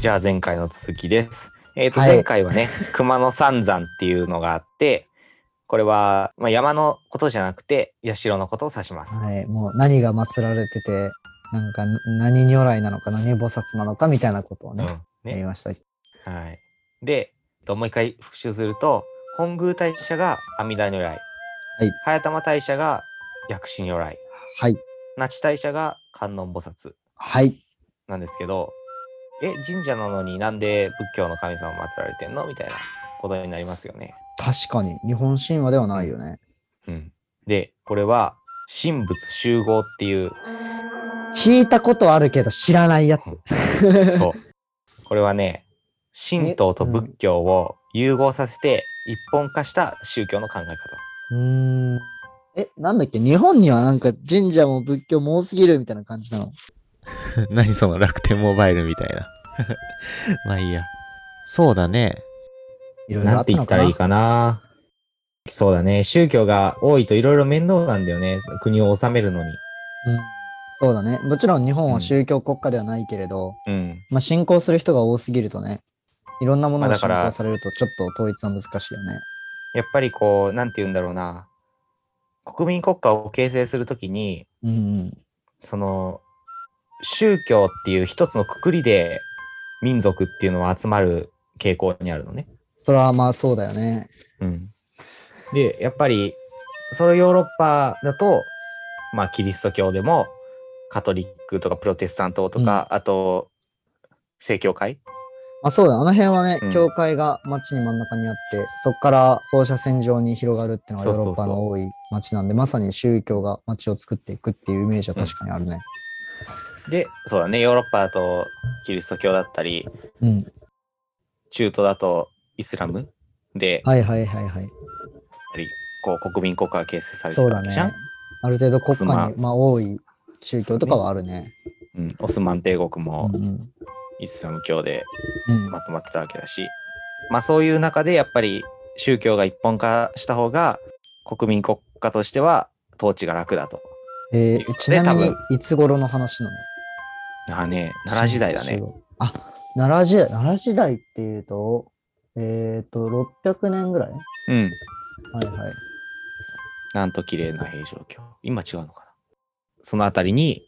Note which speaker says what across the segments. Speaker 1: じゃあ前回の続きです。えっ、と、
Speaker 2: はい
Speaker 1: 前回はね、 熊野三山っていうのがあって、これは、まあ、山のことじゃなくて、社のことを指します。
Speaker 2: はい、もう何が祀られてて、なんかな何如来なのか何菩薩なのかみたいなことを
Speaker 1: う
Speaker 2: ね、
Speaker 1: ん。
Speaker 2: やり
Speaker 1: ね。
Speaker 2: ました。
Speaker 1: はい。で、えっともう一回復習すると、本宮大社が阿弥陀如来、
Speaker 2: い
Speaker 1: 早玉大社が薬師如来、
Speaker 2: はい。
Speaker 1: 那智大社が観音菩薩
Speaker 2: はい。
Speaker 1: なんですけど、え、神社なのになんで仏教の神様祀られてんのみたいなことになりますよね。
Speaker 2: 確かに、日本神話ではないよね。
Speaker 1: うん、でこれは神仏集合っていう
Speaker 2: 聞いたことあるけど知らないやつ。
Speaker 1: そうこれはね神道と仏教を融合させて一本化した宗教の考え方
Speaker 2: うーん。え、なんだっけ日本にはなんか神社も仏教も多すぎるみたいな感じなの。
Speaker 3: 何その楽天モバイルみたいな。 まあいいや。そうだね。
Speaker 2: いろいろ
Speaker 1: な
Speaker 2: あ
Speaker 1: ん
Speaker 2: ってた
Speaker 1: 言
Speaker 2: の
Speaker 1: った
Speaker 2: からない
Speaker 1: いかなそうだね宗教が多いといろいろ面倒なんだよね国を治めるのに
Speaker 2: うん。そうだね。もちろん日本は宗教国家ではないけれど、
Speaker 1: うん
Speaker 2: まあ信仰する人が多すぎるとね、いろんなも
Speaker 1: ま
Speaker 2: のが
Speaker 1: あだか
Speaker 2: 信
Speaker 1: ら
Speaker 2: 仰されるとちょっと統一は難しいよね。
Speaker 1: やっぱりこうなんて言うんだろうな国民国家を形成するときに
Speaker 2: うんうん。
Speaker 1: その宗教っていう一つのくくりで民族っていうのは集まる傾向にあるのね。
Speaker 2: それはまあそうだよね。
Speaker 1: うん、でやっぱりそれヨーロッパだとまあキリスト教でもカトリックとかプロテスタントとか、あと正教会
Speaker 2: まあそうだ、あの辺はね、
Speaker 1: うん
Speaker 2: 教会が街に真ん中にあって、そこから放射線上に広がるっていうのがヨー
Speaker 1: そうそう
Speaker 2: ロッ
Speaker 1: そう
Speaker 2: パの多い街なんで、まさに宗教が街を作っていくっていうイメージは確かにあるね。
Speaker 1: でそうだねヨーロッパだとキリスト教だったり
Speaker 2: うん。
Speaker 1: 中東だとイスラムでやっ
Speaker 2: はいはいはいはい。
Speaker 1: ぱりこう国民国家が形成されて
Speaker 2: そう
Speaker 1: るわ
Speaker 2: だ
Speaker 1: け
Speaker 2: ね
Speaker 1: じゃん、。
Speaker 2: ある程度国家に、
Speaker 1: ま
Speaker 2: ま
Speaker 1: あ
Speaker 2: あ、多い宗教とかはあるね。
Speaker 1: うん、オスマン帝国
Speaker 2: う
Speaker 1: も
Speaker 2: んうん。うん。
Speaker 1: イスラム教でまとまってたわけだし、まあそういう中でやっぱり宗教が一本化した方が国民国家としては統治が楽だと。い
Speaker 2: え
Speaker 1: うこと
Speaker 2: ー、
Speaker 1: で
Speaker 2: ちなみ
Speaker 1: 多
Speaker 2: に、いつ頃の話なの
Speaker 1: ああね、奈良時代だね。。
Speaker 2: あ、奈良時代、奈良時代っていうと、えっ、ー、と、600年ぐらいは
Speaker 1: うん。
Speaker 2: いはい。
Speaker 1: なんと綺麗な平城京。今違うのかな。そのあたりに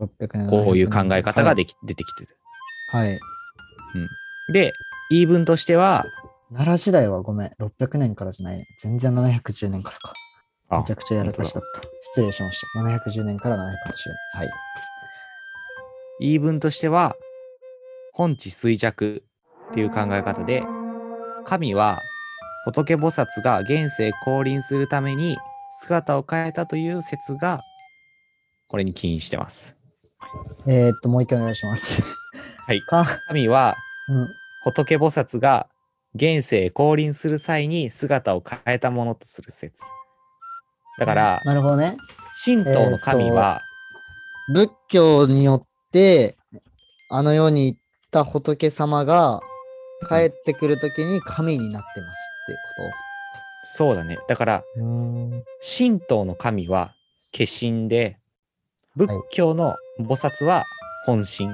Speaker 2: 600年
Speaker 1: こういう考え方ができ、出てきてる。
Speaker 2: はい。はい
Speaker 1: で、言い分としては、
Speaker 2: 奈良時代はごめん、600年からじゃないね。全然710年からか。めちゃくちゃやらかしだった。失礼しました。710年から710年。はい。
Speaker 1: 言い分としては、本地衰弱っていう考え方で、神は仏菩薩が現世降臨するために姿を変えたという説が、これに起因してます。
Speaker 2: えー、っと、もう一回お願いします。
Speaker 1: はい
Speaker 2: か、
Speaker 1: 神は
Speaker 2: うん。
Speaker 1: 仏菩薩が現世降臨する際に姿を変えたものとする説。だから、
Speaker 2: なるほどね。
Speaker 1: 神道の神は、
Speaker 2: 仏教によって、あの世に行った仏様が帰ってくるときに神になってますっていうこと
Speaker 1: そうだね。だから、
Speaker 2: うーん
Speaker 1: 神道の神は化身で、仏教の菩薩は本心。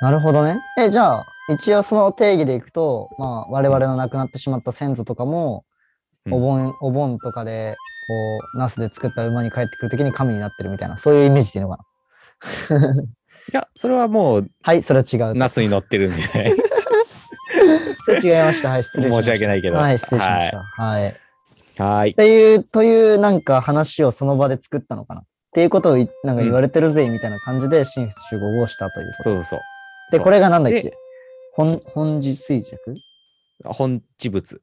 Speaker 2: なるほどね。え、じゃあ、一応その定義でいくと、まあ、我々の亡くなってしまった先祖とかも、
Speaker 1: うん
Speaker 2: お盆、お盆とかで、こう、ナスで作った馬に帰ってくるときに神になってるみたいな、そういうイメージでいいのかない
Speaker 1: や、それはもう、
Speaker 2: はい、それは違う。
Speaker 1: ナスに乗って るんで、
Speaker 2: それ違いました。はい、失礼し
Speaker 1: 申
Speaker 2: まし。
Speaker 1: した訳ないけど。
Speaker 2: はい、失礼しま
Speaker 1: は
Speaker 2: し
Speaker 1: い。
Speaker 2: た。
Speaker 1: は
Speaker 2: はい。っ
Speaker 1: い。
Speaker 2: ていう、というなんか話をその場で作ったのかな。っていうことをいなんか言われてるぜ、みたいな感じで、神仏集合をしたというこ
Speaker 1: そ
Speaker 2: と。
Speaker 1: うそうそう。
Speaker 2: で、これがなんだっ
Speaker 1: で
Speaker 2: け本、本地衰弱
Speaker 1: 本地仏。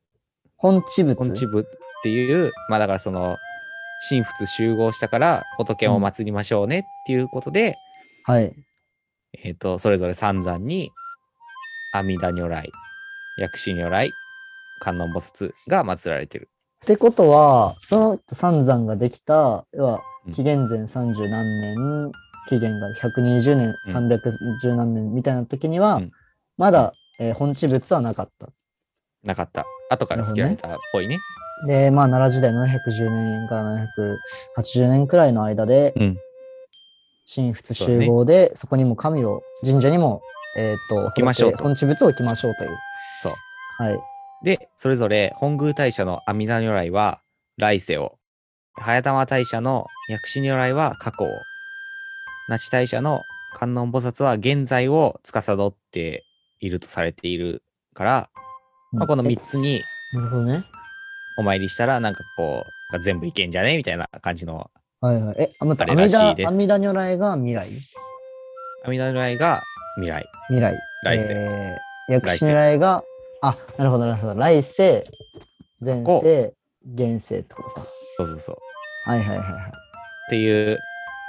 Speaker 2: 本地仏。
Speaker 1: 本地仏っていう、まあだからその、神仏集合したから仏を祀りましょうねっていうことで、
Speaker 2: はい。
Speaker 1: えっ、と、それぞれ三山に、阿弥陀如来、薬師如来、観音菩薩が祀られてる。
Speaker 2: ってことは、その三山ができた、要は
Speaker 1: うん、
Speaker 2: 紀元前三十何年、紀元が120年、
Speaker 1: うん
Speaker 2: 310何年みたいな時には、
Speaker 1: うん
Speaker 2: まだ、えー本地仏はなかった。
Speaker 1: なかった。後から付けられたっぽいね。
Speaker 2: で、まあ、奈良時代710年から780年くらいの間で、
Speaker 1: うん。
Speaker 2: 神仏集合で、そこにも神を、神社にもえっ、と、
Speaker 1: 置きましょうと
Speaker 2: 仏本地仏を置きましょうという。
Speaker 1: そう。
Speaker 2: はい。
Speaker 1: で、それぞれ本宮大社の阿弥陀如来は来世を、早玉大社の薬師如来は過去を、那智大社の観音菩薩は現在を司っているとされているから、まあ、この3
Speaker 2: え
Speaker 1: つに
Speaker 2: なるほどね。
Speaker 1: お参りしたらなんかこう、全部いけんじゃねみたいな感じの
Speaker 2: はいはい。え、あ、待って、
Speaker 1: あ
Speaker 2: 阿
Speaker 1: れら
Speaker 2: 弥
Speaker 1: しいで
Speaker 2: 陀、
Speaker 1: す
Speaker 2: 阿弥陀如来が未来。
Speaker 1: 阿弥陀如来が未来、
Speaker 2: 未来。
Speaker 1: 来世、
Speaker 2: えー、薬師如来が、あ、なるほど、なるほど。来世、前
Speaker 1: こ
Speaker 2: 世、現世ってことか。
Speaker 1: そうそうそう。
Speaker 2: はいはいはいはい。
Speaker 1: っていう。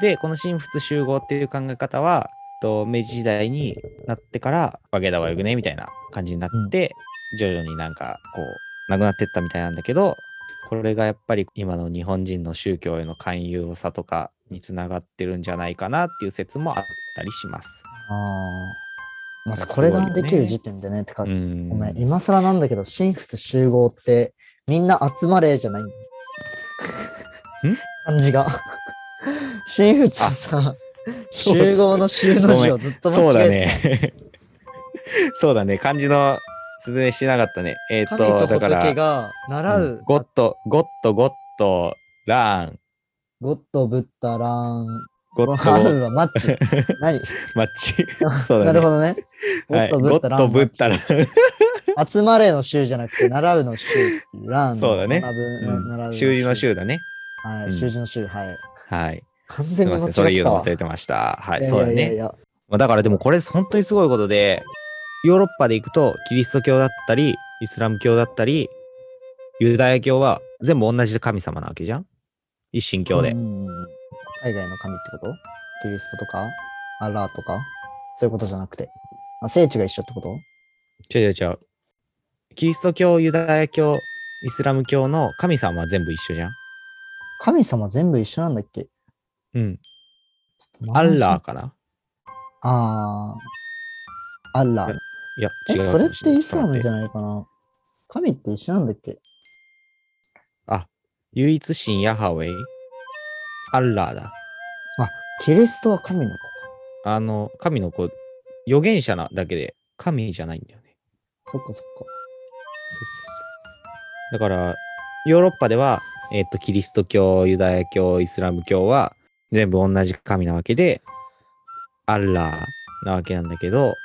Speaker 1: で、この神仏集合っていう考え方は、と明治時代になってから、バゲダはよくねみたいな感じになって、徐々になんかこう、なくなってったみたいなんだけど、これがやっぱり今の日本人の宗教への寛容さとかにつながってるんじゃないかなっていう説もあったりします。
Speaker 2: ああ。まず
Speaker 1: す
Speaker 2: こ
Speaker 1: ごい
Speaker 2: れ
Speaker 1: よね
Speaker 2: ができる時点でね、ってか、
Speaker 1: うん。
Speaker 2: ごめん、今更なんだけど、神仏集合って、みんな集まれじゃないん感じが。神仏さ、
Speaker 1: そうです
Speaker 2: 集合の集の字をずっと
Speaker 1: そう
Speaker 2: 間
Speaker 1: だ
Speaker 2: 違えて
Speaker 1: ね。 そうだね。漢字の説明しなかったね。えっ、
Speaker 2: た。神
Speaker 1: と、
Speaker 2: と
Speaker 1: だから、
Speaker 2: 仏が習
Speaker 1: うん
Speaker 2: う、
Speaker 1: ゴッド、ゴッド、ゴッド、ラーン、
Speaker 2: ゴッド、ブッダ、ラーン、
Speaker 1: ゴッド、
Speaker 2: ラ
Speaker 1: ゴ
Speaker 2: ー
Speaker 1: ッ
Speaker 2: ンはマッチ。 何
Speaker 1: マッ チ。そうだね。
Speaker 2: なるほどね。ゴ
Speaker 1: はい
Speaker 2: ッド、ブ
Speaker 1: ゴ
Speaker 2: ッダ、
Speaker 1: ッ
Speaker 2: ラ
Speaker 1: ド
Speaker 2: ーン
Speaker 1: ブ
Speaker 2: マ
Speaker 1: ッ
Speaker 2: ッ
Speaker 1: ダラン。
Speaker 2: チ。集まれの集じゃなくて、習うの集。ラーンの
Speaker 1: そうだね
Speaker 2: 学ぶ
Speaker 1: うん
Speaker 2: 習う の
Speaker 1: 習字の。州だね。
Speaker 2: は
Speaker 1: うん
Speaker 2: い、習字の集、はい。
Speaker 1: はい。
Speaker 2: 完
Speaker 1: す
Speaker 2: 全
Speaker 1: み
Speaker 2: に
Speaker 1: ま
Speaker 2: 間
Speaker 1: せん。
Speaker 2: 違
Speaker 1: それ言
Speaker 2: っ
Speaker 1: う
Speaker 2: た
Speaker 1: の
Speaker 2: わ
Speaker 1: 忘れてました。はいい。
Speaker 2: や
Speaker 1: そうだ
Speaker 2: いやいやい
Speaker 1: ね。
Speaker 2: や
Speaker 1: まあだからでもこれ本当にすごいことで、ヨーロッパで行くとキリスト教だったり、イスラム教だったり、ユダヤ教は全部同じ神様なわけじゃん一神教で。
Speaker 2: うんうんうん海外の神ってことキリストとかアラーとかそういうことじゃなくて。あ、聖地が一緒ってこと
Speaker 1: 違う違う違う。キリスト教、ユダヤ教、イスラム教の神様は全部一緒じゃん
Speaker 2: 神様全部一緒なんだっけ
Speaker 1: うん。アッラー。かな
Speaker 2: あー。アッラー。
Speaker 1: いや、
Speaker 2: え、
Speaker 1: 違う
Speaker 2: そ
Speaker 1: か
Speaker 2: れっ
Speaker 1: もしな
Speaker 2: て
Speaker 1: い。
Speaker 2: イスラム
Speaker 1: ち
Speaker 2: じ
Speaker 1: ょっと待って
Speaker 2: ゃないかな神って一緒なんだっけ
Speaker 1: 唯一神ヤハウェイアッラーだ。
Speaker 2: キリストは神の子か。
Speaker 1: あの、神の子、預言者なだけで、神じゃないんだよね。
Speaker 2: そっかそっ
Speaker 1: そう
Speaker 2: か。
Speaker 1: そうそう。だから、ヨーロッパでは、えっと、キリスト教、ユダヤ教、イスラム教は、全部同じ神なわけで、アッラーなわけなんだけど、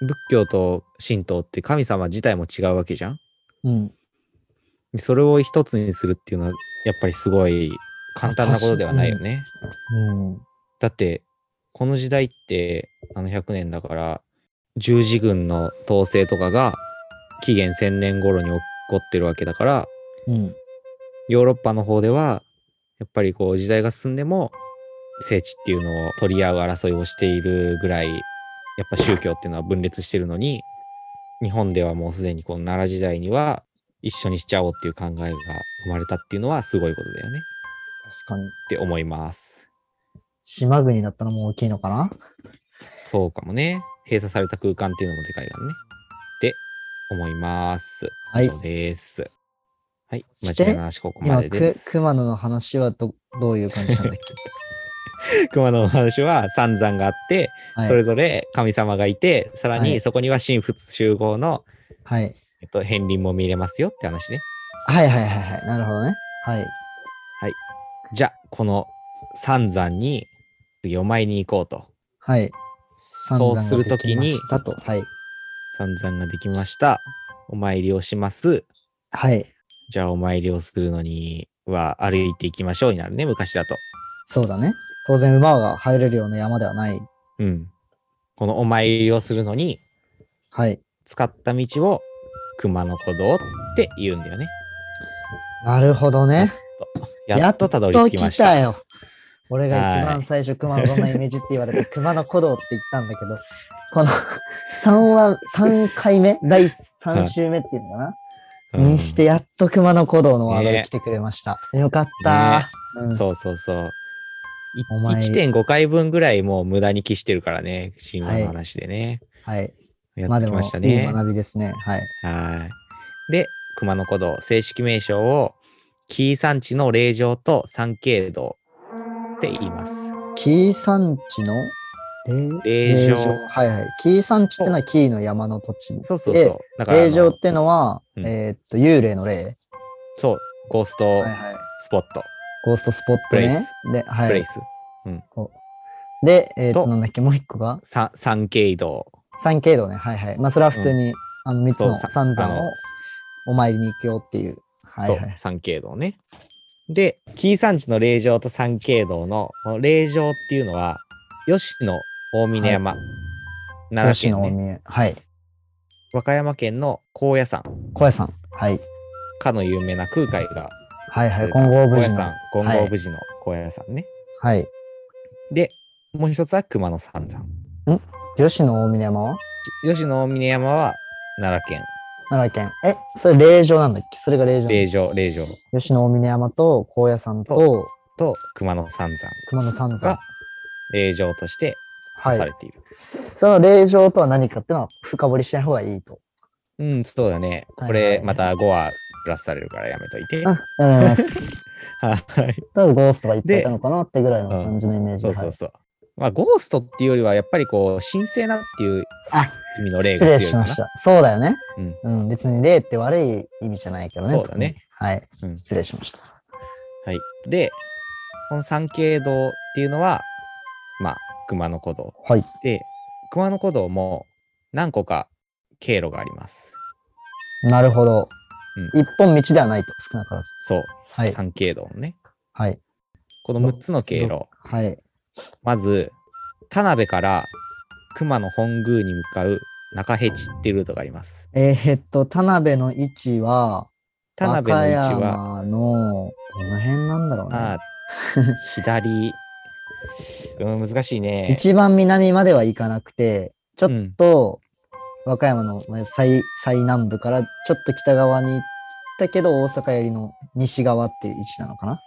Speaker 1: 仏教と神道って神様自体も違うわけじゃん
Speaker 2: うん。うん。
Speaker 1: それを一つにするっていうのは、やっぱりすごい簡単なことではないよね。
Speaker 2: うん。
Speaker 1: だって、この時代って、あの100年だから、十字軍の統制とかが、紀元1000年頃に起こってるわけだから、
Speaker 2: うん。
Speaker 1: ヨーロッパの方では、やっぱりこう時代が進んでも、聖地っていうのを取り合う争いをしているぐらい、やっぱ宗教っていうのは分裂してるのに、日本ではもうすでにこの奈良時代には一緒にしちゃおうっていう考えが生まれたっていうのはすごいことだよね
Speaker 2: 確かに。
Speaker 1: って思います。
Speaker 2: 島国だったのも大きいのかな
Speaker 1: そうかもね。閉鎖された空間っていうのもでかいからね。って思います。
Speaker 2: はい
Speaker 1: 以上です。はい。
Speaker 2: そし
Speaker 1: 真
Speaker 2: て
Speaker 1: 面目な話ここま
Speaker 2: 今
Speaker 1: でで
Speaker 2: く、
Speaker 1: す。
Speaker 2: 熊野の話はどどういう感じなんだ っけ
Speaker 1: 熊野の話は三山があって、
Speaker 2: はい
Speaker 1: それぞれ神様がいて、さら
Speaker 2: は
Speaker 1: に
Speaker 2: い
Speaker 1: そこには神仏集合の、
Speaker 2: はい。
Speaker 1: えっと、片鱗も見れますよって話ね。
Speaker 2: はいはいはいはい。なるほどね。はい。
Speaker 1: じゃあ、この三山に次お参りに行こうと。
Speaker 2: はい。
Speaker 1: そうするときに
Speaker 2: だと。はい。
Speaker 1: 三山ができました。お参りをします。
Speaker 2: はい。
Speaker 1: じゃあ、お参りをするのには歩いていきましょうになるね、昔だと。
Speaker 2: そうだね。当然馬が入れるような山ではない。
Speaker 1: うん。このお参りをするのに
Speaker 2: はい。
Speaker 1: 使った道を熊野古道って言うんだよね。
Speaker 2: なるほどね。
Speaker 1: やっとたどり
Speaker 2: やっ
Speaker 1: 着きました。
Speaker 2: と来よ。俺が一
Speaker 1: は
Speaker 2: 番最初熊野のイメージって言われ て熊野古道って言ったんだけど、この3は、三回目第3週目っていうのかな、
Speaker 1: うん
Speaker 2: にしてやっと熊野古道のワードが来てくれました。よかった、
Speaker 1: ね
Speaker 2: うん。
Speaker 1: そうそうそう。い
Speaker 2: お前
Speaker 1: 1.5回分ぐらいもう無駄に帰してるからね、神話の話でね。
Speaker 2: はい。
Speaker 1: や
Speaker 2: まあ
Speaker 1: って
Speaker 2: で
Speaker 1: き
Speaker 2: も、
Speaker 1: ましたね。
Speaker 2: いい学びですね。はい。
Speaker 1: はい。で、熊野古道、正式名称を、紀伊山地の霊場と三景道って言います。
Speaker 2: 紀伊山地の
Speaker 1: 霊
Speaker 2: 霊
Speaker 1: 場
Speaker 2: 場。はいはい。紀伊山地ってのは紀伊の山の土地で。
Speaker 1: そうそうそう。だからあの、
Speaker 2: 霊場ってのは、
Speaker 1: うん
Speaker 2: えーっと、幽霊の霊。
Speaker 1: そう、ゴースト
Speaker 2: はいはい。
Speaker 1: スポット、
Speaker 2: ゴーストスポット
Speaker 1: プレイ
Speaker 2: ね
Speaker 1: ス。
Speaker 2: で、は
Speaker 1: プレイ
Speaker 2: い。
Speaker 1: ス、
Speaker 2: で、えーっと、
Speaker 1: と
Speaker 2: なんだっけ、もう一個が
Speaker 1: さ三景堂。
Speaker 2: 三景堂ね。はいはい。まあ、それは普通に、あの、三つ
Speaker 1: そう
Speaker 2: の
Speaker 1: さ
Speaker 2: 三
Speaker 1: あ
Speaker 2: 山
Speaker 1: の
Speaker 2: を、お参りに行くよっていう。はい
Speaker 1: そ
Speaker 2: は
Speaker 1: う
Speaker 2: い。、
Speaker 1: 三景堂ね。で、紀伊山地の霊場と三景堂の、この霊場っていうのは、吉野大峰山、奈
Speaker 2: 吉
Speaker 1: 良
Speaker 2: 野大
Speaker 1: 県、ね、
Speaker 2: 宮。はい。
Speaker 1: 和歌山県の高野山
Speaker 2: 小屋さん。はい。
Speaker 1: かの有名な空海が、
Speaker 2: はいはい。
Speaker 1: 出た
Speaker 2: 金
Speaker 1: 高
Speaker 2: 剛無
Speaker 1: 野
Speaker 2: 事の
Speaker 1: 山。、金剛無事の高野山ね。
Speaker 2: はい。
Speaker 1: で、もう一つは熊野三山。
Speaker 2: 吉野大峰山は
Speaker 1: 吉野大峰山は奈良県、
Speaker 2: 奈良県。え、それ霊場なんだっけそれが霊場。
Speaker 1: 霊場、霊場
Speaker 2: 吉野大峰山と高野山と
Speaker 1: そと熊野三山
Speaker 2: 熊野三山
Speaker 1: が。霊場として指されている。
Speaker 2: その霊場とは何かっていうのは深掘りしない方がいいと。
Speaker 1: うん、そうだね。
Speaker 2: はい
Speaker 1: これ、また5話プラスされるからやめといて。
Speaker 2: あ、
Speaker 1: は
Speaker 2: うん。
Speaker 1: い。
Speaker 2: ただゴーストがいっぱいいたのかなってぐらいの感じのイメージ。
Speaker 1: そうそうそう。まあ、ゴーストっていうよりは、やっぱりこう、神聖なっていう
Speaker 2: あ
Speaker 1: 意味の
Speaker 2: はい
Speaker 1: 霊
Speaker 2: 失
Speaker 1: が
Speaker 2: 礼
Speaker 1: 強い
Speaker 2: し
Speaker 1: か
Speaker 2: ま
Speaker 1: な。
Speaker 2: した。そうだよね。
Speaker 1: うん。
Speaker 2: うん、別に霊って悪い意味じゃないけどね。
Speaker 1: そうだね
Speaker 2: 特に。はい。
Speaker 1: うん
Speaker 2: 失礼しました。
Speaker 1: はい。で、この三景堂っていうのは、まあ、熊野古道。
Speaker 2: はい。
Speaker 1: で、熊野古道も何個か経路があります。
Speaker 2: なるほど。
Speaker 1: う
Speaker 2: 一本道ではないと、少なからず。
Speaker 1: そう。
Speaker 2: はい。
Speaker 1: 三景堂のね。
Speaker 2: はい。
Speaker 1: この6つの経路。
Speaker 2: はい。
Speaker 1: まず、田辺から熊野本宮に向かう中辺地っていうルートがあります。
Speaker 2: えー、っと、田辺の位置は、
Speaker 1: 田辺の位置
Speaker 2: 和歌
Speaker 1: は、
Speaker 2: 山の、どの辺なんだろう
Speaker 1: あ
Speaker 2: ね。
Speaker 1: ー左、うん、難しいね。
Speaker 2: 一番南までは行かなくて、ちょっ
Speaker 1: うん
Speaker 2: と、和歌山の最最南部からちょっと北側に行ったけど、大阪寄りの西側っていう位置なのかな、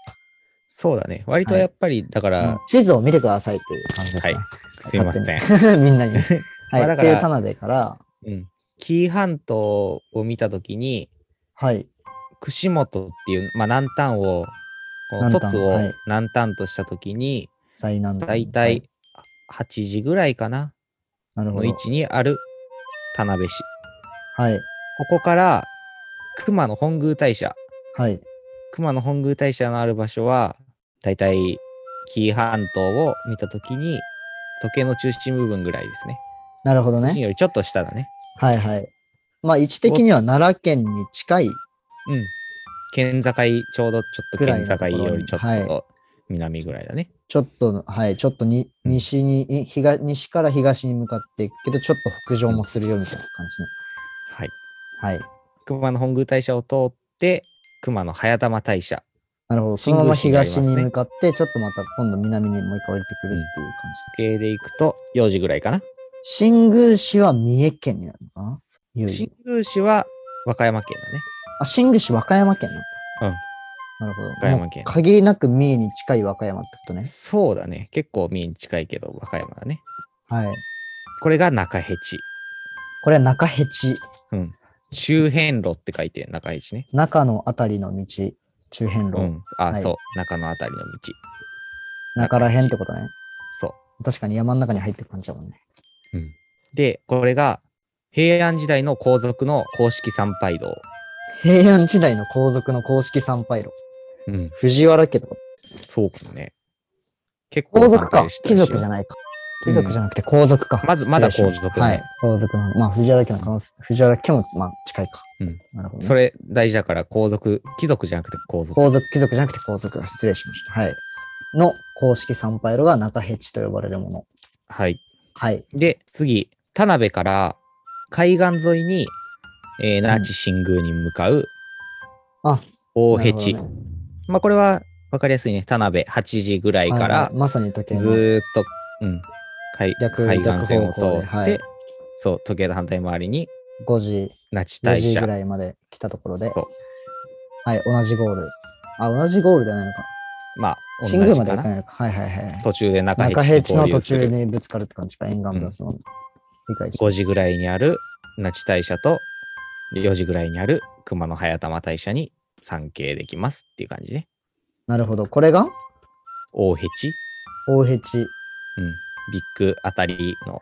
Speaker 1: そうだね。割と
Speaker 2: はい
Speaker 1: やっぱり、だから、
Speaker 2: うん地図を見てくださいっていう感じですね。
Speaker 1: はいすいません。
Speaker 2: ん。みん なに。 はい。
Speaker 1: まあだ
Speaker 2: っ
Speaker 1: から
Speaker 2: ていう田辺から、
Speaker 1: うん。紀伊半島を見たときに、
Speaker 2: はい。
Speaker 1: 串本っていう、まあ、南端を、この
Speaker 2: 南端
Speaker 1: 凸を
Speaker 2: はい
Speaker 1: 南端としたときに、
Speaker 2: 最南部。
Speaker 1: だいたい8時ぐらいかな、
Speaker 2: なるほ
Speaker 1: の
Speaker 2: ど
Speaker 1: 位。置にある田辺市。
Speaker 2: はい。
Speaker 1: ここから熊野本宮大社
Speaker 2: はい。
Speaker 1: 熊野本宮大社のある場所はだいたい紀伊半島を見た時に時計の中心部分ぐらいですね。
Speaker 2: なるほど
Speaker 1: 中心
Speaker 2: ね。
Speaker 1: よりちょっと下だね。
Speaker 2: はいはい。まあ、位置的には奈良県に近い。
Speaker 1: うん。県境ちょうどちょっと
Speaker 2: ぐらい
Speaker 1: 県
Speaker 2: のとこ
Speaker 1: 境
Speaker 2: ろに
Speaker 1: よりちょっ
Speaker 2: は
Speaker 1: と南ぐらいだね。
Speaker 2: ちょっとの、はい、ちょっとに、
Speaker 1: うん
Speaker 2: 西に、い東、西から東に向かっていくけど、ちょっと北上もするよみたいな感
Speaker 1: はい。
Speaker 2: じの。はい。
Speaker 1: 熊野本宮大社を通って熊野早玉大社。
Speaker 2: なるほど。そのまま
Speaker 1: 新宮市
Speaker 2: 東
Speaker 1: になりますね
Speaker 2: に向かって、ちょっとまた今度南にもう一回降りてくるっていう感
Speaker 1: 時計で行くと4時ぐらいかな。
Speaker 2: じ。新宮市は三重県になるのかないよいよ
Speaker 1: 新宮市は和歌山県だね。
Speaker 2: あ、新宮市和歌山県なの
Speaker 1: うん
Speaker 2: なるほど。和
Speaker 1: 歌山県
Speaker 2: 限りなく三重に近い和歌山ってことね。
Speaker 1: そうだね。結構三重に近いけど和歌山だね。
Speaker 2: はい。
Speaker 1: これが中辺地。
Speaker 2: これは中辺地。
Speaker 1: うん。周辺路って書いて中辺地ね。
Speaker 2: 中のあたりの道。中辺路。
Speaker 1: うん。あ、
Speaker 2: はい
Speaker 1: そう。中のあたりの道。
Speaker 2: 中ら辺ってことね。
Speaker 1: そ
Speaker 2: 確かに山の中に入ってる感じだもんね。
Speaker 1: う。で、これが平安時代の皇族の公式参拝道。
Speaker 2: 平安時代の皇族の公式参拝路。
Speaker 1: うん。
Speaker 2: 藤原家とか。
Speaker 1: そうかもね。結構
Speaker 2: 皇族
Speaker 1: 参
Speaker 2: か
Speaker 1: 拝し。て
Speaker 2: 貴
Speaker 1: るし
Speaker 2: 族じゃないか。貴族じゃなくて皇族か。
Speaker 1: まずまだ
Speaker 2: 失礼しし
Speaker 1: 皇族
Speaker 2: た
Speaker 1: だ
Speaker 2: は
Speaker 1: ね
Speaker 2: い。皇族なの。まあ藤原家の可能性。藤原家も、まあ近いか。
Speaker 1: うん。
Speaker 2: なるほど、ね。
Speaker 1: それ大事だから皇族、貴族じゃなくて皇族。
Speaker 2: 皇族、貴族じゃなくて皇族が失礼しました。はい。の公式参拝路が中ヘチと呼ばれるもの。
Speaker 1: はい。
Speaker 2: はい。
Speaker 1: で、次、田辺から海岸沿いに、えー、那智神宮に向かう
Speaker 2: あ、
Speaker 1: 大
Speaker 2: な
Speaker 1: 辺
Speaker 2: るほ
Speaker 1: 地。
Speaker 2: どね
Speaker 1: まあこれは分かりやすいね。田辺8時ぐらいか
Speaker 2: はい
Speaker 1: ら
Speaker 2: はいまさに時計の。
Speaker 1: ずーっと、うん、海
Speaker 2: 逆
Speaker 1: 海岸線を通
Speaker 2: 逆方向
Speaker 1: っ
Speaker 2: で
Speaker 1: て、
Speaker 2: はい
Speaker 1: そう、時計の反対回りに
Speaker 2: 5時、
Speaker 1: 那智
Speaker 2: 4
Speaker 1: 大
Speaker 2: 時
Speaker 1: 社
Speaker 2: ぐ。らいまで来たところで
Speaker 1: そう。
Speaker 2: はい、同じゴール。あ、同じゴールじゃないのか。
Speaker 1: まあ、同
Speaker 2: 新宮
Speaker 1: じ
Speaker 2: まで
Speaker 1: か
Speaker 2: 行か
Speaker 1: な。
Speaker 2: ないのか。はいはいはい。
Speaker 1: 途中で中平
Speaker 2: 中平
Speaker 1: 地
Speaker 2: 地
Speaker 1: に
Speaker 2: の
Speaker 1: 合流
Speaker 2: 途
Speaker 1: す
Speaker 2: 中
Speaker 1: る。
Speaker 2: にぶつかるって感じか、沿岸部はその、理解して
Speaker 1: 5時ぐらいにある那智大社と、4時ぐらいにある熊野早玉大社に参詣できますっていう感じね。
Speaker 2: なるほど。これが
Speaker 1: 大辺地。
Speaker 2: 大ヘチ。
Speaker 1: うん。ビッグあたりの、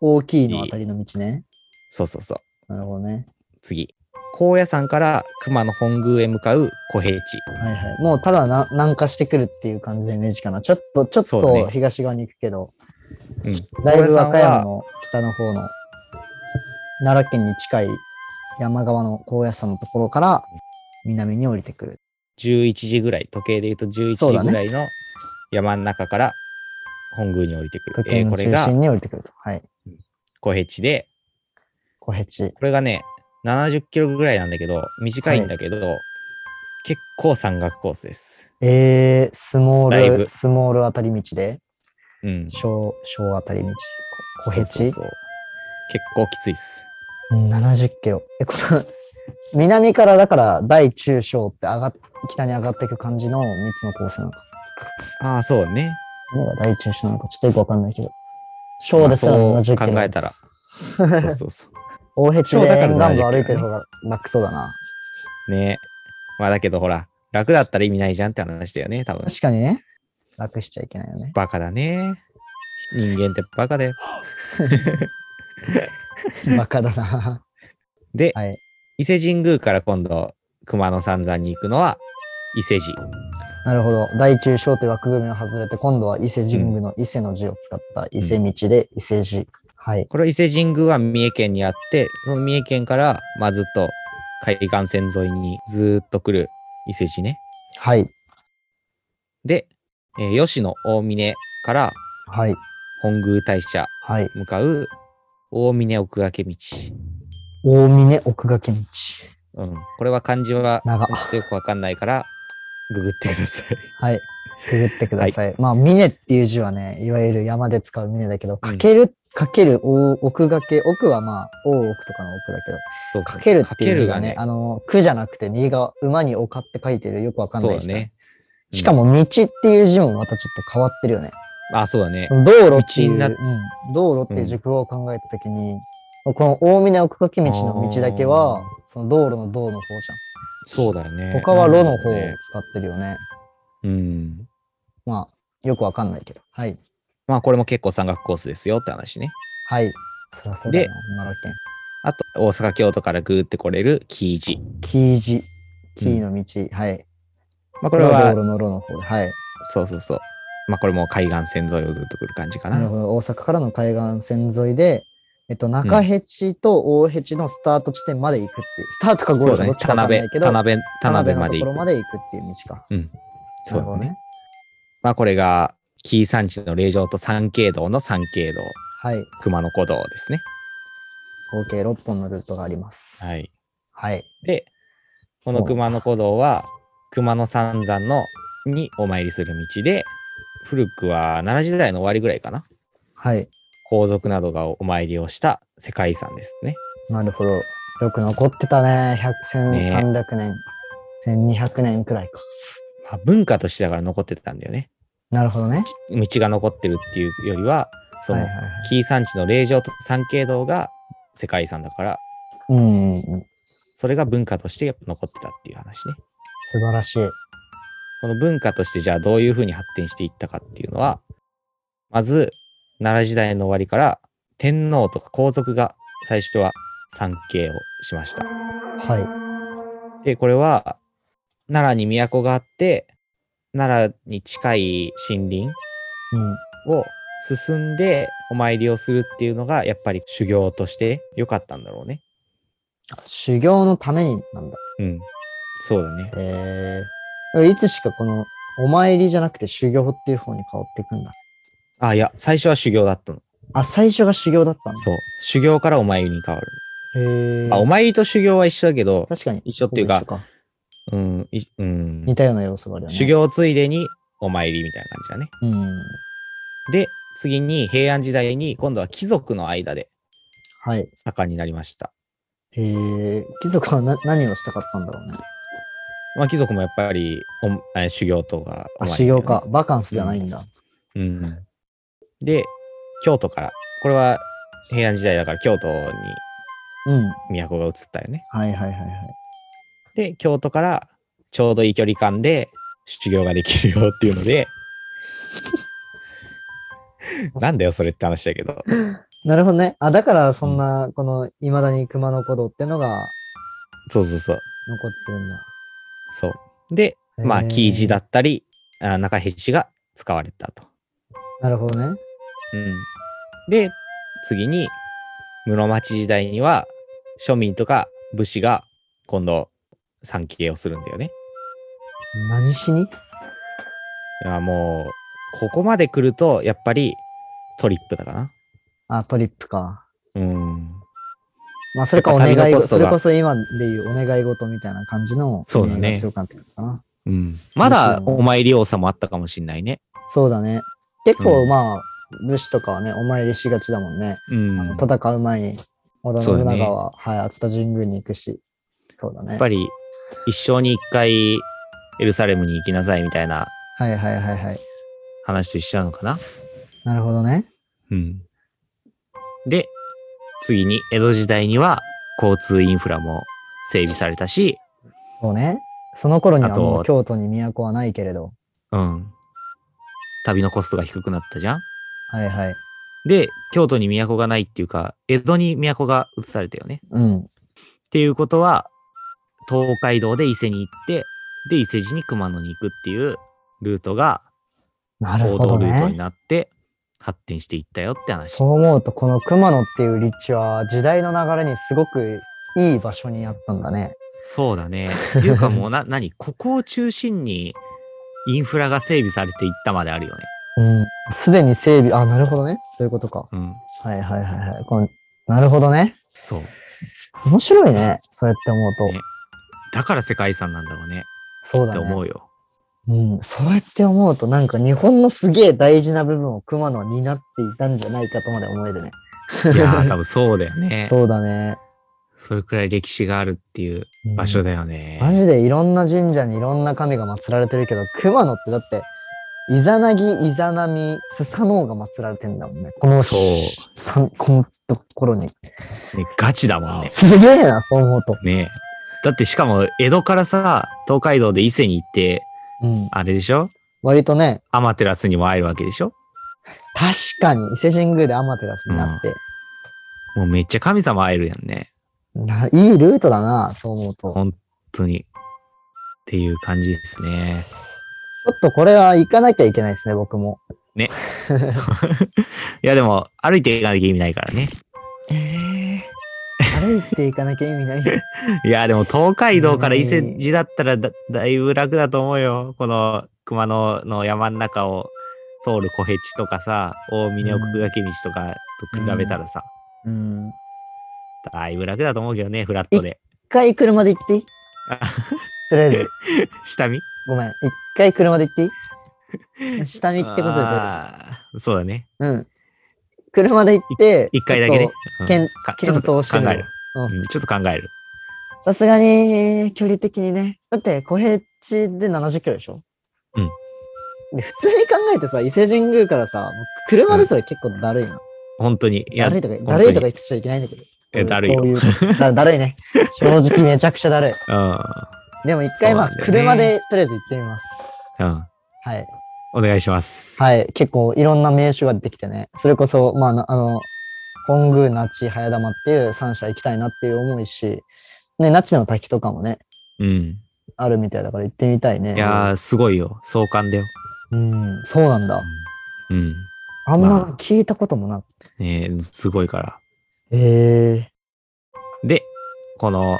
Speaker 2: 大きいのあたりの道ね。
Speaker 1: そうそうそう。
Speaker 2: なるほどね。
Speaker 1: 次。高野山から熊野本宮へ向かう小平地。
Speaker 2: はいはい。もうただな南下してくるっていう感じのイメージかな。ちょっと、ちょっ
Speaker 1: そうだね
Speaker 2: と東側に行くけど、
Speaker 1: うん。
Speaker 2: だいぶ和
Speaker 1: 高野
Speaker 2: 歌山
Speaker 1: 山は、
Speaker 2: の北の方の、奈良県に近い山側の高野山のところから南に降りてくる。
Speaker 1: 11時ぐらい、時計で言うと11
Speaker 2: そうだ
Speaker 1: 時
Speaker 2: ね
Speaker 1: ぐらいの山の中から本宮に降りてくる。
Speaker 2: 学
Speaker 1: えー
Speaker 2: 園
Speaker 1: こ
Speaker 2: の
Speaker 1: れ
Speaker 2: 中
Speaker 1: が
Speaker 2: 心に降りてくると。はい。
Speaker 1: 小平地で、
Speaker 2: 小ヘチ。
Speaker 1: これがね、70キロぐらいなんだけど、短いんだけど、結構山岳コースです。
Speaker 2: えー、スモ
Speaker 1: だい
Speaker 2: ー
Speaker 1: ぶ
Speaker 2: ル、スモールあたり道で、
Speaker 1: うん。
Speaker 2: 小、小あたり道。小ヘ
Speaker 1: そうそう
Speaker 2: チ
Speaker 1: そう結構きついっす。
Speaker 2: うん、70キロ。え、この、南からだから大中小って上がっ、北に上がっていく感じの3つのコースなのか。
Speaker 1: ああ、そうね。
Speaker 2: 何が大中小なのかちょっとよくわかんないけど。小ですら
Speaker 1: まあ
Speaker 2: 70
Speaker 1: そう
Speaker 2: キロ。
Speaker 1: 考えたら。そうそうそ
Speaker 2: 大ヘチ
Speaker 1: 小
Speaker 2: で
Speaker 1: だから70キ
Speaker 2: 沿岸部
Speaker 1: ロ
Speaker 2: 歩いてる方が楽そうだな。
Speaker 1: う。ねまあだけどほら、楽だったら意味ないじゃんって話だよね、多分。
Speaker 2: 確かにね。楽しちゃいけないよね。
Speaker 1: バカだね。人間ってバカだよ。
Speaker 2: バカだな。
Speaker 1: で、
Speaker 2: はい。
Speaker 1: 伊勢神宮から今度、熊野三山に行くのは、伊勢寺。
Speaker 2: なるほど。大中小という枠組みを外れて、今度は伊勢神宮の伊勢の字を使った伊勢道で伊勢寺。はい。
Speaker 1: これ伊勢神宮は三重県にあって、その三重県から、まあずっと海岸線沿いにずーっと来る伊勢寺ね。
Speaker 2: はい。
Speaker 1: で、えー吉野大峰から
Speaker 2: はい。
Speaker 1: 本宮大社
Speaker 2: はい。
Speaker 1: 向かう大峰奥掛道。
Speaker 2: 大峰奥掛道。
Speaker 1: うん。これは漢字は、ち
Speaker 2: 長
Speaker 1: ょっとよくわかんないから、ググってください。
Speaker 2: はい。くぐってください。まあ、峰っていう字はね、いわゆる山で使う峰だけど、
Speaker 1: うん
Speaker 2: かける、かける、大奥掛け、奥はまあ、大奥とかの奥だけど、
Speaker 1: そうそう
Speaker 2: かけるっていう字
Speaker 1: か
Speaker 2: が
Speaker 1: け
Speaker 2: ね、
Speaker 1: るがね、
Speaker 2: あの、くじゃなくて、右側、馬に丘って書いてる、よくわかん
Speaker 1: そ
Speaker 2: な
Speaker 1: う
Speaker 2: い
Speaker 1: だ
Speaker 2: 字。
Speaker 1: ね。うん
Speaker 2: しかも、道っていう字もまたちょっと変わってるよね。
Speaker 1: あ、そうだね。
Speaker 2: 道路ってい
Speaker 1: 道に
Speaker 2: う、
Speaker 1: なっ
Speaker 2: うん道路っていう熟語を考えたときに、この大峰奥掛道の道だけ
Speaker 1: あ
Speaker 2: は
Speaker 1: ー、
Speaker 2: その道路の道の方
Speaker 1: そうだよ
Speaker 2: じゃ
Speaker 1: ね。
Speaker 2: ん。他は路の方を
Speaker 1: ね
Speaker 2: 使ってるよね。
Speaker 1: うん。
Speaker 2: まあ、よくわかんないけど。はい。
Speaker 1: まあこれも結構山岳コースですよって話ね。
Speaker 2: はい。そらそうだよ
Speaker 1: で
Speaker 2: な、奈良
Speaker 1: あと、大阪、京都からぐーってこれる木地。
Speaker 2: 県。木地。木の道。はい。
Speaker 1: まあこれは
Speaker 2: 道、路の路の方で。はい。
Speaker 1: そうそうそう。まあこれも海岸線沿いをずっと来る感じか
Speaker 2: なる
Speaker 1: な。
Speaker 2: ほど。大阪からの海岸線沿いで、えっと、中辺地と大辺地のスタート地点まで行くっていう。スタートかゴー
Speaker 1: そう
Speaker 2: ル
Speaker 1: だ
Speaker 2: かど
Speaker 1: ね
Speaker 2: っ。ちか
Speaker 1: 田
Speaker 2: わかんない
Speaker 1: 辺、
Speaker 2: けど、
Speaker 1: 田辺、田辺ま
Speaker 2: の
Speaker 1: で
Speaker 2: ところ
Speaker 1: 行
Speaker 2: ま
Speaker 1: く。
Speaker 2: で行くっていう道か。
Speaker 1: そうだ
Speaker 2: なるほど
Speaker 1: ね。
Speaker 2: ね。
Speaker 1: まあこれが、紀伊山地の霊場と三景堂の三景堂、
Speaker 2: はい。
Speaker 1: 熊野古道ですね。
Speaker 2: 合計6本のルートがあります。
Speaker 1: はい。
Speaker 2: はい。
Speaker 1: で、この熊野古道は、熊野三山の、にお参りする道で、古くは奈良時代の終わりぐらいかな。
Speaker 2: はい。
Speaker 1: 皇族などがお参りをした世界遺産ですね。
Speaker 2: なるほど。よく残ってたね。100
Speaker 1: ね
Speaker 2: 1300年、1200年くらいか。
Speaker 1: まあ、文化としてだから残ってたんだよね。
Speaker 2: なるほどね。
Speaker 1: 道が残ってるっていうよりは、そ
Speaker 2: はい
Speaker 1: の
Speaker 2: はいはい。
Speaker 1: 紀伊山地の霊場と三景堂が世界遺産だから、
Speaker 2: うんうんうん。素
Speaker 1: それが文化としてやっぱ残ってたっていう話ね。
Speaker 2: 晴らしい。
Speaker 1: この文化としてじゃあどういうふうに発展していったかっていうのは、まず、奈良時代の終わりから天皇とか皇族が最初は参詣をしました。
Speaker 2: は
Speaker 1: で、これは奈良に都があって、奈良に近い森林
Speaker 2: い。うん。
Speaker 1: を進んでお参りをするっていうのがやっぱり修行として良かったんだろうね。
Speaker 2: 修行のためになんだ。
Speaker 1: うん。そうだね。
Speaker 2: えー、いつしかこの、お参りじゃなくて修行っていう方に変わっていくんだ。
Speaker 1: あ、いや、最初は修行だったの。
Speaker 2: あ、最初が修行だったんだ。
Speaker 1: そう。修行からお参りに変わる。
Speaker 2: へ
Speaker 1: あ、お
Speaker 2: ー
Speaker 1: 参りと修行は一緒だけど、
Speaker 2: 確かに。
Speaker 1: 一緒っていうか
Speaker 2: ほぼ一緒
Speaker 1: うん、いうん、
Speaker 2: 似たような要素があるよね。
Speaker 1: 修。行ついでにお参りみたいな感じだね。
Speaker 2: うん。
Speaker 1: で、次に平安時代に今度は貴族の間で
Speaker 2: はい。
Speaker 1: 盛んになりました。
Speaker 2: へえ、貴族はな何をしたかったんだろうね。
Speaker 1: まあ貴族もやっぱりお、えー修行とかお
Speaker 2: あ、
Speaker 1: 参り
Speaker 2: 修
Speaker 1: だよ
Speaker 2: 行
Speaker 1: ね
Speaker 2: か。。バカンスじゃないんだ。
Speaker 1: うん。で、京都から。これは平安時代だから京都に
Speaker 2: うん。
Speaker 1: 都が移ったよね。
Speaker 2: はいはいはいはい。
Speaker 1: で、京都からちょうどいい距離 感で修行ができるよっていうので、なんだよ、それって話だけど。
Speaker 2: なるほどね。あ、だからそんな、この、未だに熊野古道ってのが
Speaker 1: そうそうそう。
Speaker 2: 残ってるんだ。
Speaker 1: そう。で、まあ、
Speaker 2: へー
Speaker 1: 木地だったり、あ中へしが使われたと。
Speaker 2: なるほどね。
Speaker 1: うん。で、次に、室町時代には、庶民とか武士が、今度、参詣をするんだよね。
Speaker 2: 何しに
Speaker 1: いやもう、ここまで来ると、やっぱり、トリップだかな。
Speaker 2: あ、トリップか。
Speaker 1: うん。
Speaker 2: まあ、それかお願
Speaker 1: やっ
Speaker 2: い
Speaker 1: ぱ旅の
Speaker 2: 事、
Speaker 1: コスト
Speaker 2: そ
Speaker 1: が
Speaker 2: れこそ今でいうお願い事みたいな感じの、
Speaker 1: そうだね
Speaker 2: 意味が強かったのかな。
Speaker 1: うん。まだ、お参り多さもあったかもしんないね。
Speaker 2: そうだね。結構、
Speaker 1: うん
Speaker 2: まあ、武士とかはね、お参りしがちだもんね。
Speaker 1: うん。
Speaker 2: あの
Speaker 1: や
Speaker 2: 戦う前に、織田
Speaker 1: そう
Speaker 2: 信
Speaker 1: だね
Speaker 2: 長は、はい、熱田神宮に行くし。そうだね。
Speaker 1: っぱり、一生に一回、エルサレムに行きなさいみたいな
Speaker 2: はいはいはいはい。
Speaker 1: 話と一緒なのかな。
Speaker 2: なるほどね。
Speaker 1: うん。で、次に江戸時代には交通インフラも整備されたし、
Speaker 2: そうね。その頃には
Speaker 1: あと
Speaker 2: もう京都に都はないけれど。
Speaker 1: うん。旅のコストが低くなったじゃん
Speaker 2: はいはい。
Speaker 1: で、京都に都がないっていうか、江戸に都が移されたよね。
Speaker 2: うん。
Speaker 1: っていうことは、東海道で伊勢に行って、で、伊勢路に熊野に行くっていうルートが
Speaker 2: なる
Speaker 1: 王
Speaker 2: ほ
Speaker 1: 道
Speaker 2: ど
Speaker 1: ルートに
Speaker 2: ね。
Speaker 1: なって発展していったよって話。
Speaker 2: そう思うと、この熊野っていう立地は時代の流れにすごくいい場所にあったんだね。
Speaker 1: そうだね。っていうかもう な、何ここを中心にインフラが整備されていったまであるよね。
Speaker 2: うん。すでに整備、あ、なるほどね。そういうことか。
Speaker 1: うん。
Speaker 2: はいはいはいはい。このなるほどね。
Speaker 1: そう。
Speaker 2: 面白いね。そうやって思うと。
Speaker 1: ねだから世界遺産なんだろうね。
Speaker 2: そう
Speaker 1: っ
Speaker 2: だ
Speaker 1: て思
Speaker 2: ね。
Speaker 1: うよ。
Speaker 2: うん。そうやって思うと、なんか日本のすげえ大事な部分を熊野は担っていたんじゃないかとまで思えるね。
Speaker 1: いや ー、多分そうだよね。
Speaker 2: そうだね。
Speaker 1: それくらい歴史があるっていう
Speaker 2: うん
Speaker 1: 場所だよね。
Speaker 2: マジでいろんな神社にいろんな神が祀られてるけど、熊野ってだって、イザナギ、イザナミ、スサノオが祀られてんだもんね。この
Speaker 1: そう
Speaker 2: 三このところに。
Speaker 1: ね、ガチだもんね。
Speaker 2: すげえな、と思うと。
Speaker 1: ねだってしかも、江戸からさ、東海道で伊勢に行って、
Speaker 2: うん。
Speaker 1: あれでしょ
Speaker 2: 割とね、
Speaker 1: アマテラスにも会えるわけでしょ
Speaker 2: 確かに伊勢神宮でアマテラスになって、
Speaker 1: もうめっちゃ神様会えるやんね。
Speaker 2: ないいルートだな、そう思うと。ちょっ
Speaker 1: 本当に。っていう感じですね。
Speaker 2: とこれは行かなきゃいけないですね、僕も。
Speaker 1: いやでも、歩いていかなきゃ意味ないからね。
Speaker 2: 歩いて行かなきゃ意味ない。
Speaker 1: いやでも東海道から伊勢路だったらだだいぶ楽だと思うよ。この熊野の山の中を通る小ヘチとかさ、大峰奥掛道とかと比べたらさ、
Speaker 2: うん。
Speaker 1: だいぶ楽だと思うけどね、フラットで。
Speaker 2: 一回車で行 っていい
Speaker 1: あ
Speaker 2: とりあえず、
Speaker 1: 下見
Speaker 2: ごめん。一回車で行ってい い下見ってことでどう
Speaker 1: あーそうだね。
Speaker 2: うん。車で行って、
Speaker 1: 一回だけね。
Speaker 2: けん
Speaker 1: うんか
Speaker 2: 検討し
Speaker 1: ち
Speaker 2: て
Speaker 1: ょっと
Speaker 2: み
Speaker 1: 考
Speaker 2: よう
Speaker 1: える。
Speaker 2: うん
Speaker 1: うんちょっと考える。
Speaker 2: さすがに、距離的にね。だって、小平地で70キロでしょ
Speaker 1: うん。
Speaker 2: で、普通に考えてさ、伊勢神宮からさ、もう車でそれ結構だるいな。
Speaker 1: 本当に。いや
Speaker 2: だるいとか、
Speaker 1: 本当
Speaker 2: だ
Speaker 1: に
Speaker 2: るいとか言っちゃいけないんだけど。
Speaker 1: えだるいよ
Speaker 2: こういうだだるい ね。正直めちゃくちゃだるい。
Speaker 1: う
Speaker 2: でも一回まあ、
Speaker 1: そうなんだよね
Speaker 2: 車でとりあえず行ってみます。
Speaker 1: ん。うん。
Speaker 2: はい。
Speaker 1: お願いします。
Speaker 2: はい。結構いろんな名所が出てきてね。それこそ、まあな、あの、本宮、那智、早玉っていう三社行きたいなっていう思いし、ね、那智の滝とかもね、
Speaker 1: うん。
Speaker 2: あるみたいだから行ってみたいね。
Speaker 1: いやー、すごいよ。壮観だよ。
Speaker 2: うん、そうなんだ。
Speaker 1: うん。
Speaker 2: あん
Speaker 1: まあ
Speaker 2: ま聞いたこともなくて。
Speaker 1: ねえすごいから。
Speaker 2: え
Speaker 1: で、この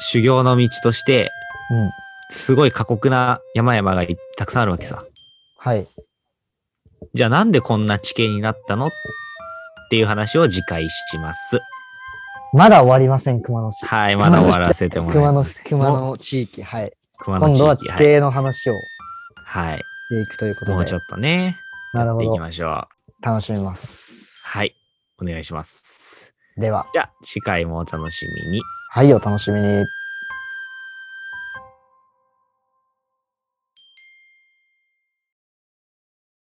Speaker 1: 修行の道として、
Speaker 2: えうん。
Speaker 1: すごい過酷な山々がいたくさんあるわけさ。
Speaker 2: はい。
Speaker 1: じゃあなんでこんな地形になったのっていう話を次回します。
Speaker 2: まだ終わりません、熊野市。
Speaker 1: はい、まだ終わらせてもら
Speaker 2: 熊
Speaker 1: い
Speaker 2: 野
Speaker 1: ま
Speaker 2: 市
Speaker 1: す。、
Speaker 2: 熊野地域。はい。
Speaker 1: 熊
Speaker 2: 今
Speaker 1: 野地域。
Speaker 2: 度は地形の話をし
Speaker 1: はい。はい
Speaker 2: ていくということで。
Speaker 1: もうちょっとね、
Speaker 2: なる
Speaker 1: やっ
Speaker 2: ほ
Speaker 1: ていき
Speaker 2: ど。
Speaker 1: ましょう。
Speaker 2: 楽しみます。
Speaker 1: はい。お願いします。
Speaker 2: では、
Speaker 1: じゃあ、次回もお楽しみに。
Speaker 2: はい、お楽しみに。